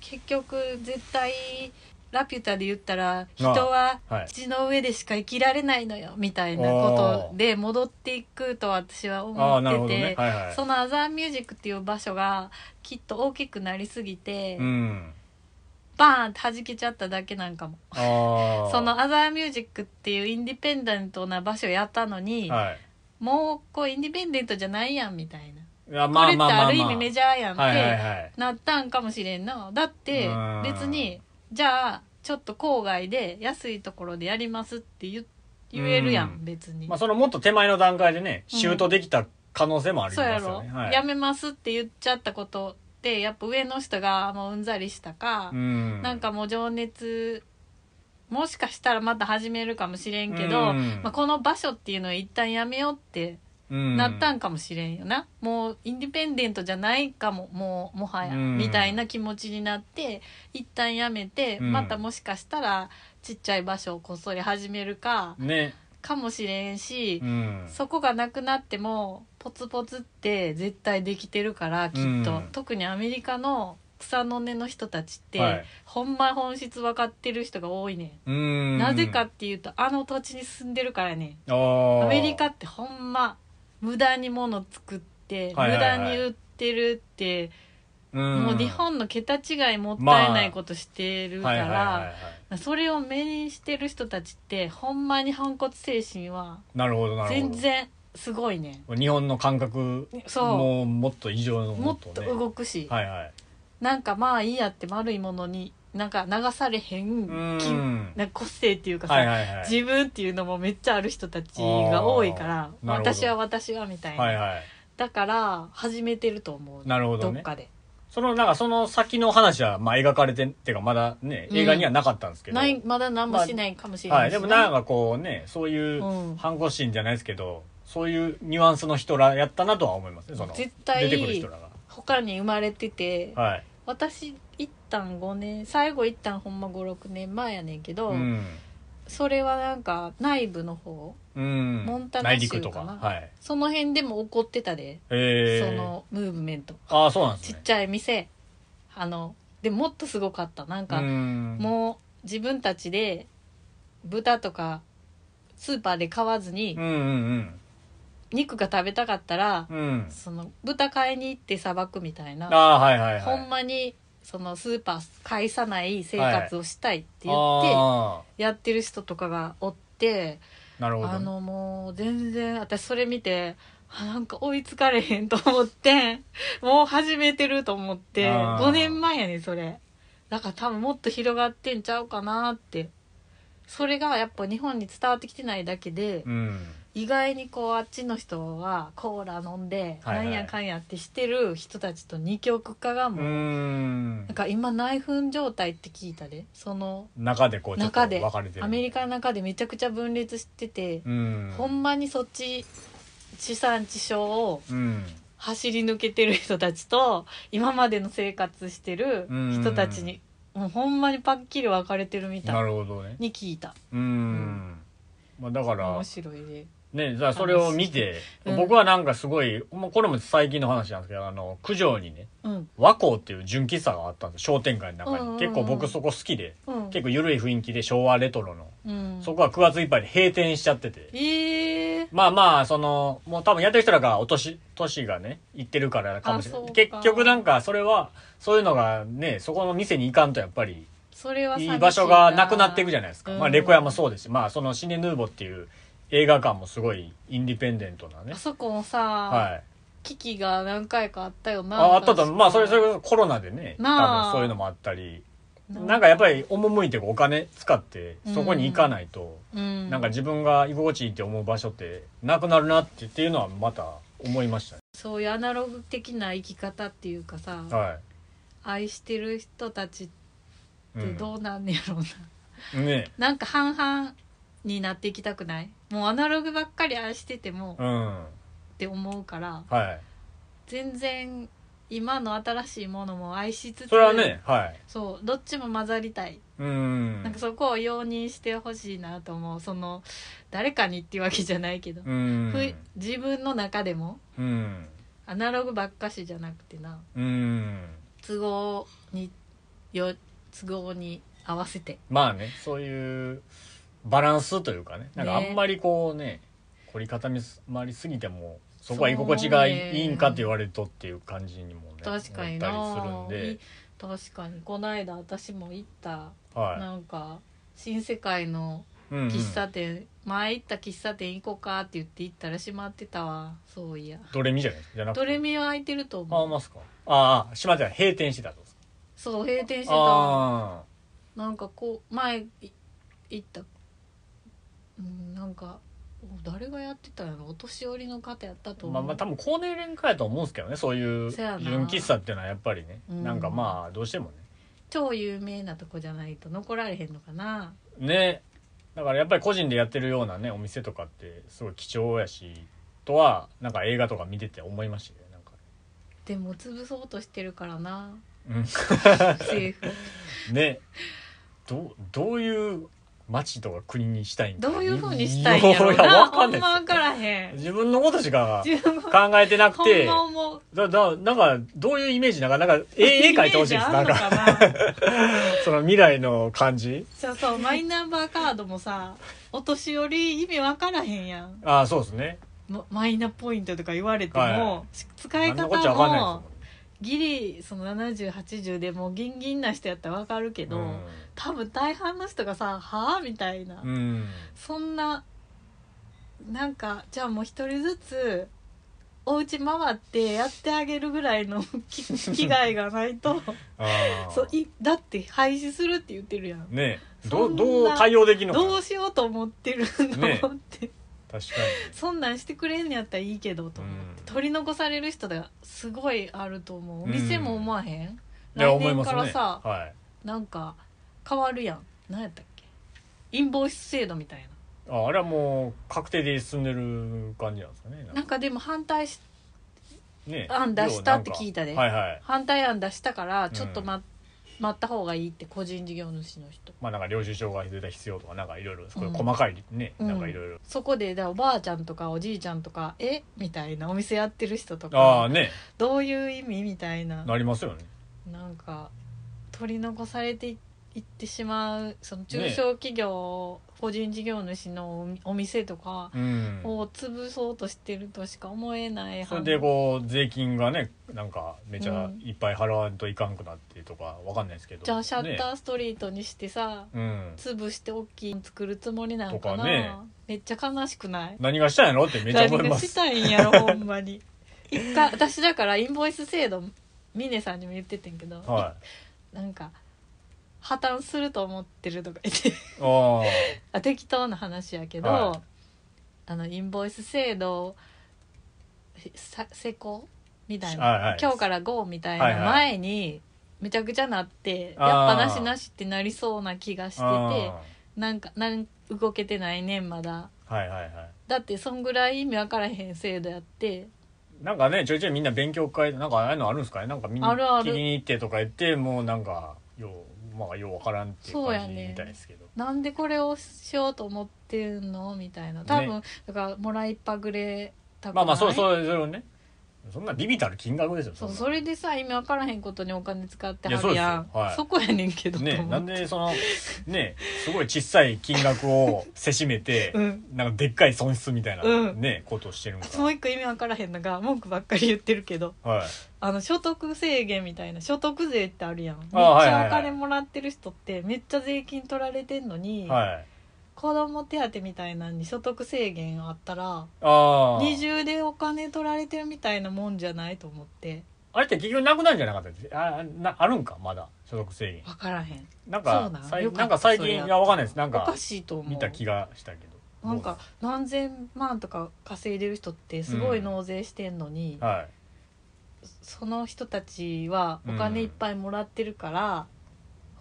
A: 結局絶対ラピュタで言ったら人は
B: はい
A: 土の上でしか生きられないのよみたいなことで戻っていくと私は
B: ああなる
A: 思っ
B: ほど
A: てて、
B: ねはいはい
A: そのアザーミュージックっていう場所がきっと大きくなりすぎて、
B: うん
A: バーンって弾けちゃっただけなんかも
B: あー
A: そのアザーミュージックっていうインディペンデントな場所やったのに、
B: はい
A: もうこうインディペンデントじゃないやんみたいな。
B: いや
A: こ
B: まあ
A: れって
B: まあまあま
A: あ
B: あ
A: る意味メジャーやんって、
B: はいはいはい
A: なったんかもしれんなだって
B: うん
A: 別にじゃあちょっと郊外で安いところでやりますって言言えるや
B: うん
A: 別に、
B: まあそのもっと手前の段階でねシュートできた可能性もあり
A: そう
B: ま
A: や
B: すよ
A: ろ、
B: ねはい
A: やめますって言っちゃったことってやっぱ上の人がもううんざりしたか
B: う、ん
A: なんかもう情熱もしかしたらまた始めるかもしれんけど、
B: うん
A: まあ、この場所っていうのを一旦やめようってな
B: な
A: ったんかもしれんよな、もうインディペンデントじゃないかももうもはや、
B: うん
A: みたいな気持ちになって一旦やめて、
B: うん
A: またもしかしたらちっちゃい場所をこっそり始めるか
B: ね
A: かもしれんし
B: う、ん
A: そこがなくなってもポツポツって絶対できてるからきっと、
B: うん
A: 特にアメリカの草の根の人たちって、
B: はい
A: ほんま本質分かってる人が多いね
B: うん
A: ん。なぜかっていうとあの土地に住んでるからねん。
B: あー
A: アメリカってほんま無駄に物作って、
B: はいはいはい
A: 無駄に売ってるって、
B: うん
A: もう日本の桁違いもったいないことしてるから、
B: はいはいはいはい
A: それを目にしてる人たちってほんまに反骨精神は
B: なるほどなるほ
A: 全
B: ど
A: 然すごいね
B: 日本の感覚
A: そう
B: もうもっと異常の
A: もっ
B: と
A: と
B: ね
A: 動くし、
B: はいはい
A: なんかまあいいやって丸いものになんか流されへん
B: う
A: き
B: ん
A: なんか個性っていうかさ、
B: はいはいはい
A: 自分っていうのもめっちゃある人たちが多いから
B: あーなるほど
A: 私は私はみたいな、
B: はいはい
A: だから始めてると思う
B: なるほど
A: ど
B: ね
A: っかで。
B: その、なんかその先の話は、まあ描かれて、っていうかまだね、映画にはなかったんですけど。
A: ないまだ何もしないかもしれな
B: はいい。
A: し
B: で
A: ね
B: もなんかこうね、そういう
A: うん
B: 反骨心じゃないですけど、そういうニュアンスの人らやったなとは思いますね、その。
A: 絶対
B: 出てくる人ら
A: 他に生まれてて、
B: が。はい。
A: 私一旦5年最後一旦ほんま56年前やねんけど、
B: うん。
A: それはなんか内部の方
B: うん。
A: モンタナ
B: 内
A: 州かな
B: 陸とか。はい。
A: その辺でも起こってたで、
B: えー、
A: そのムーブメント
B: ああ、そうなんです
A: ち
B: ね。
A: っちゃい店あのでもっとすごかったなんか、
B: うん
A: もう自分たちで豚とかスーパーで買わずに
B: うんうん
A: 肉が食べたかったら、
B: うん。うん。
A: その豚買いに行ってさばくみたいな、
B: ああ、はいはいはい。
A: ほん
B: っ
A: まにそのスーパー返さない生活をしたいって言って
B: あ
A: やってる人とかがおって、
B: あ、なるほど。
A: あのもう全然私それ見てあなんか追いつかれへんと思って *laughs* もう始めてると思って
B: あー
A: 5年前やねそれだから多分もっと広がってんちゃうかなってそれがやっぱ日本に伝わってきてないだけで、
B: うん。
A: 意外にこうあっちの人はコーラ飲んで
B: はい
A: な
B: はい
A: んやかんやってしてる人たちと二極化が
B: う
A: もう、
B: ん
A: なん。か今内紛状態って聞いたでその
B: 中でこう、ちょっと
A: 中
B: 分
A: で
B: かれてる。
A: アメリカの中でめちゃくちゃ分裂してて、
B: うん。
A: ほんまにそっち地産地消を
B: うん。
A: 走り抜けてる人たちと今までの生活してる人たちに、もうほんまにパッキリ分かれてるみ
B: な
A: たい
B: るほどね。
A: に聞いた
B: うん。まあ、だから
A: 面、白いで
B: ね、じゃあそれを見て、
A: うん
B: 僕はなんかすごい、もうこれも最近の話なんですけど、あの、九条にね、
A: うん
B: 和光っていう純喫茶があったんです商店街の中
A: うんうんう
B: に。
A: ん
B: 結構僕そこ好きで、
A: うん
B: 結構緩い雰囲気で昭和レトロの。
A: うん
B: そこは9月いっぱいで閉店しちゃってて。
A: ええー、
B: まあまあ、その、もう多分やってる人らが、お年、年がね、行ってるからかもしれ
A: あ
B: な
A: そ
B: い。
A: う
B: 結
A: か
B: 局なんか、それは、そういうのがね、そこの店に行かんとやっぱり、
A: それは寂し
B: いい場所がなくなっていくじゃ
A: ない
B: ないですか。
A: うん
B: まあ、レコヤもそうですし、まあ、そのシネヌーボっていう映画館もすごいインディペンデントなね
A: あ。そこもさ、
B: はい。
A: 危機が何回かあったよな
B: ああったと
A: 確か
B: まあ、それ、それこそコロナでね、多
A: なあ
B: 分そういうのもあったり、なんかやっぱり赴いてお金使って、そこに行かないと、
A: うん
B: なんか自分が居心地いいって思う場所ってなくなるなってっていうのはまた思いましたね。
A: そういうアナログ的な生き方っていうかさ、
B: は
A: 愛してる人たちっ
B: い。う
A: て
B: ん
A: どうなんねやろうな、 *laughs*
B: ね
A: なんか半々になっていきたくないもうアナログばっかり愛してても
B: うん
A: って思うから
B: はい
A: 全然今の新しいものも愛しつつ
B: それはねはい
A: そうどっちも混ざりたい
B: うん
A: なんかそこを容認してほしいなと思うその誰かにっていうわけじゃないけど、
B: うん
A: ふい自分の中でも
B: うん
A: アナログばっかしじゃなくてな
B: うん
A: 都合によ都合に合わせて
B: まあねそういうバランスというかねなんかあ
A: ね
B: んまりこうね凝り固めす回りすぎてもそこは居心地が
A: そう
B: い
A: ね
B: いいいんかって言われるとっていう感じにもね
A: 確かに
B: な
A: な
B: ったりするん
A: い
B: で
A: 確かにこの間私も行った、
B: は
A: なんか新世界の
B: い、うんうん
A: 喫茶店、前行った喫茶店行こうかって言って行ったら閉まってたわそういや
B: ドレミじゃないじゃなくて
A: ドレミは空いてると
B: ああ
A: 思う
B: マスかああ島じゃない閉店してたと
A: そう閉店してた
B: あ
A: なんかこう前い行ったうんなんか誰がやってたんやろお年寄りの方やった
B: あ
A: と思
B: まあ
A: う、
B: まあ多分高年連会やと思うんですけどねそういう
A: そやな
B: 純喫茶っていうのはやっぱりね
A: うん
B: なんかまあどうしてもね
A: 超有名なとこじゃないと残られへんのかな
B: ねだからやっぱり個人でやってるようなねお店とかってすごい貴重やしとはなんか映画とか見てて思いましたよなんか
A: でも潰そうとしてるからな
B: う
A: 政
B: *laughs*
A: 府
B: んねどうどういう街とか国にしたいんか
A: どういうふうにしたいんやろう
B: いや
A: な
B: わか
A: ほ
B: ん
A: ん
B: ない
A: ま
B: で
A: 分からへ
B: す
A: ん
B: 自分のことしか
A: 自分は
B: 考えてなく
A: ほん
B: て
A: ま思う
B: だだなんかどういうイメージなんかなんか絵絵描いてほしい
A: イ
B: です
A: メージ
B: な
A: あ
B: ん
A: んの
B: か
A: かな *laughs*
B: その未来の感じ
A: じゃあそうマイナンバーカードもさお年寄り意味分からへんやん
B: ああそうですね
A: まマイナポイントとか言われても、
B: は
A: 使い
B: 何の
A: 方
B: こっちゃわかんないですもん
A: もギリその7080でもうギンギンな人やったら分かるけど、多分大半の人がさ「はあ?」みたいな、
B: うん、うん
A: そんななんかじゃあもう一人ずつお家回ってやってあげるぐらいの *laughs* き危害がない
B: *laughs*
A: と
B: ああ
A: そういだって廃止するって言ってるやん
B: ねえどう
A: そんな
B: どう対応できるのかな
A: どうしようと思ってるの
B: ね
A: って、
B: 確かに
A: そんなんしてくれんのやったらいいけどと思って、取り残される人がすごいあると思うお店も思わへん、
B: い
A: 来
B: や思い
A: 年
B: ます
A: から
B: ね
A: さ、
B: は
A: なんか変わるやん何やったっけインボイス制度みたい
B: いああれはもう確定で進んでる感じなんですかね
A: ななんかでも反対し
B: ね
A: 案出したって聞いたで
B: 要はなんかはいはい
A: 反対案出したから
B: ん
A: ちょっと待,、待った方がいいって個人事業主の人
B: まあなんか領収書が絶対必要とかなんかいろいろそこ
A: うん
B: 細かいね、
A: うん
B: なんかいろいろ
A: そこでだからおばあちゃんとかおじいちゃんとかえみたいなお店やってる人と
B: あ
A: か
B: あね
A: どういう意味みたいな
B: なりますよね
A: なんか取り残されていいってしまうその中小企業、個人事業主のおお店とか
B: うん
A: を潰そうとしてるとしか思えない
B: それでこう税金がねなんかめちゃ
A: うん
B: いっぱい払わんといかんくなってとかわかんないですけど
A: じゃあシャッタ
B: ね
A: ーストリートにしてさ、
B: うん
A: 潰して大きいの作るつもりなんか
B: と
A: な
B: かね
A: めっちゃ悲しくない
B: 何がしたんやろってめっちゃ思い
A: 何
B: ま
A: がし
B: す
A: たいんや
B: *laughs*
A: ろほんまに一回私だからインボイス制度峰さんにも言っててんけど、
B: はい
A: なんか破綻すると思ってるとか言って
B: あ
A: あ適当な話やけど、
B: はい
A: あのインボイス制度さ施行みたいな、
B: はいはい
A: 今日から GO みたいな
B: はいはい
A: 前にめちゃくちゃなって、
B: あー
A: やっぱなしなしってなりそうな気がして
B: あ
A: てなんかなん動けてないねんまだ
B: うんはいはいはい
A: だってそんぐらい意味わからへん制度やって
B: なんかねちょいちょいみんな勉強会なんかああいうのあるんですかねなんかみんな
A: あるある
B: 切りに行ってとか言ってもうなんかようまあようわからんっていう
A: そうや
B: 感
A: ね
B: じみたいですけど、
A: なんでこれをしようと思ってんのみたいな多分、
B: ね
A: だからもらいっぱぐれたく
B: まあまあそう
A: う
B: そうそれをねそんなビビたる金額ですよ
A: そうん
B: な
A: それでさ意味わからへんことにお金使って
B: いや
A: は
B: そう
A: る
B: ですよ
A: やんそ
B: はい
A: こやねんけどと
B: ね
A: 思
B: な
A: っ
B: ん
A: て
B: でそのねすごい小さい金額
A: *laughs*
B: をせしめて、
A: うん
B: なんかでっかい損失みたいな、
A: うん
B: ねことをしてるんか
A: もう一個意味わからへんのが文句ばっかり言ってるけど
B: はい
A: あの所得制限みたいな所得税ってあるやんめっち
B: はいはいは
A: ゃ
B: い
A: お金もらってる人ってめっちゃ税金取られてんのに、
B: はい
A: 子供手当みたいなのに所得制限あったら
B: ああ
A: 二重でお金取られてるみたいなもんじゃないと思って
B: あれって結局なくなるんじゃなかったっけあなあるんかまだ所得制限
A: わからへん
B: なん
A: そう
B: か
A: なん
B: さい
A: よかった
B: なんか最
A: それや
B: 近
A: っ
B: い
A: た
B: やわかんないですなん
A: お
B: か
A: かしいと思う
B: 見た気がしたけど
A: なんか何千万とか稼いでる人ってすごい納税してんのに、
B: どうはい
A: その人たちはお金いっぱいもらってるから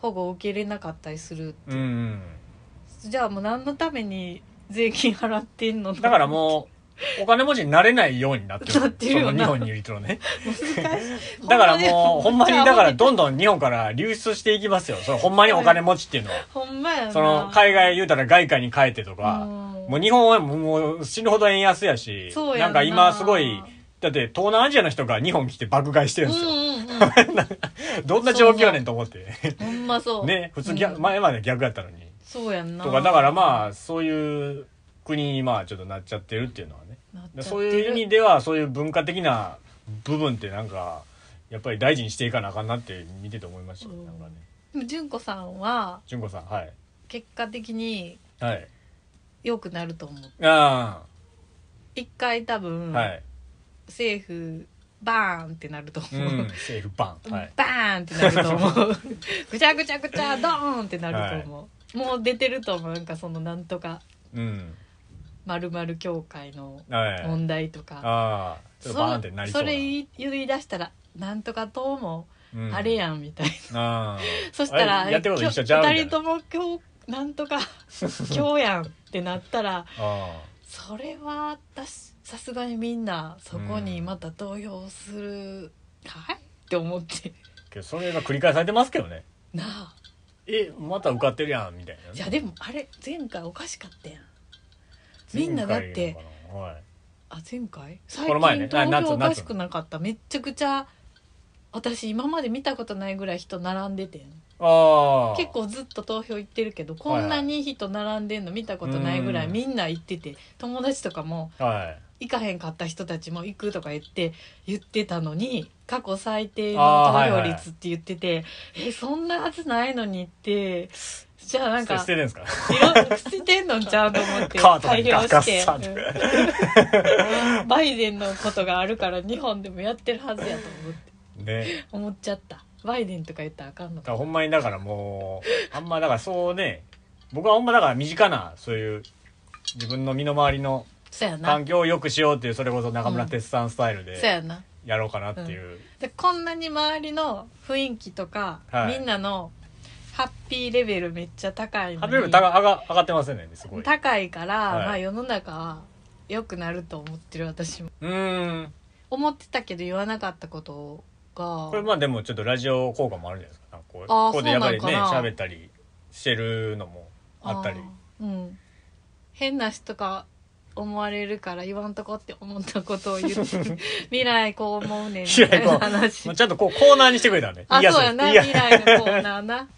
A: 保護を受け入れなかったりするって
B: うんうん
A: じゃあもう何のために税金払ってんの
B: だからもうお金持ちになれないようになってる
A: なってるよ
B: その
A: な
B: 日本にいるとね
A: *laughs* う難しい
B: だからもうほんまにだから
A: ど
B: どんどん日本から流出していきますよそのほんまにお金持ちっていうのは
A: ほんまやな
B: その海外言うたら外貨に変えてとか、
A: うん
B: もう日本はもう死ぬほど円安やし
A: そうや
B: なんか今すごいだって東南アジアの人が日本来て爆買いして
A: う
B: る
A: ん
B: ん
A: う
B: ですよ、
A: んうん
B: どんな状況やねんと思って
A: ほ
B: *laughs*
A: んまそう
B: ね普通、
A: う
B: 逆
A: ん
B: 前まで逆やったのに
A: そうやんな
B: とかだからまあそういう国にまあちょっとなっちゃってるっていうのはね
A: なっちゃってる
B: でそういう意味ではそういう文化的な部分ってなんかやっぱり大事にしていかなあかんなって見てて思いましたよ
A: うん
B: なんかね
A: でも純子さんは
B: 純子さんはい
A: 結果的に
B: はい
A: 良くなると思う
B: あ
A: 一回多
B: あ、
A: 分、
B: はい、
A: 政府バーンってなると
B: う
A: 思う、
B: ん、セーフバンはい
A: バーンってなると思うぐちゃぐちゃぐちゃドーンってなると思う、もう出てると思うなんかそのなんとか
B: うん
A: 〇〇協会の
B: はい
A: 問題とか、
B: ああちょっとバーンってなりそう
A: そ
B: な
A: れ言い言い出したらなんとか党もあれ
B: ん
A: やんみたいな、
B: ああ
A: そしたら
B: あれやってること一緒
A: き
B: ち
A: ょ
B: ゃうみた
A: 二
B: い
A: 人と
B: な
A: も今日なんとか今日やんってなったら
B: あ
A: それは私さすがにみんなそこにまた投票するかいって思って
B: あけどそれが繰り返されてますけどね
A: なあ
B: えまた受かってるやんみたいない
A: やでもあれ前回おかしかったやんみんなだって
B: 前回なのかなはい
A: あ前回最
B: この前
A: 近
B: ね
A: 投
B: あ夏
A: 票おかしくなかっためっちゃくちゃ私今まで見たことないぐらい人並んでてん
B: ああ
A: 結構ずっと投票行ってるけどこんなに人並んでんの見たことないぐらい
B: うん
A: みんな行ってて友達とかも
B: はい
A: 行かへんかった人たちも行くとか言って言ってたのに過去最低の
B: あーはい
A: 投
B: は
A: 票
B: い
A: 率って言ってて、えそんなはずないのにってじゃあなんか
B: 捨ててるんですか *laughs*
A: いろいろ捨ててんのちゃうと思って
B: カートにガッガッ
A: して
B: サッ *laughs*
A: うんバイデンのことがあるから日本でもやってるはずやと思って
B: ね
A: 思っちゃったバイデンとか言ったらあかんの
B: だ
A: か
B: からほんまにだからもうあんまだからそうね僕はほんまだから身近なそういう自分の身の回りの
A: そうやな
B: 環境を良くしようっていうそれこそ中村哲さんスタイル
A: そう
B: で
A: やな
B: やろうかなっていう、
A: でこんなに周りの雰囲気とか、
B: はい
A: みんなのハッピーレベルめっちゃ高いのに
B: ハビル上が上がってますよねすごい
A: 高いから、
B: はい
A: まあ世の中は良くなると思ってる私も
B: うーん
A: 思ってたけど言わなかったことが
B: これまあでもちょっとラジオ効果もあるんじゃないですかなんかこう
A: あー
B: ここでやっぱり
A: そう
B: ね
A: なんかな
B: 喋ったりしてるのもあったり
A: ーうん変な人か思われるから言わんとこって思ったことを言って
B: *laughs*
A: 未来こう思うねんみたいな話
B: もうちゃんとこうコーナーにしてくれたね
A: あ
B: 言いす
A: そう
B: い
A: やな
B: 言いやす
A: 未
B: い
A: 来のコーナーな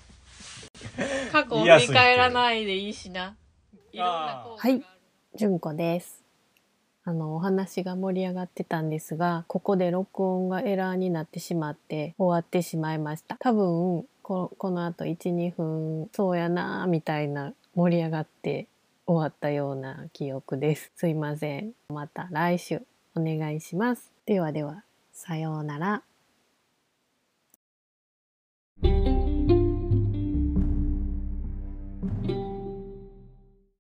A: 過去を振り返らないでいいし
B: *laughs*
A: ない
B: い
A: ろんなコーナーがある
C: はい純子です。あの、お話が盛り上がってたんですが、ここで録音がエラーになってしまって終わってしまいました。多分、ここの後1、2分、そうやなーみたいな盛り上がって終わったような記憶です。すいません。また来週お願いします。ではでは、さようなら。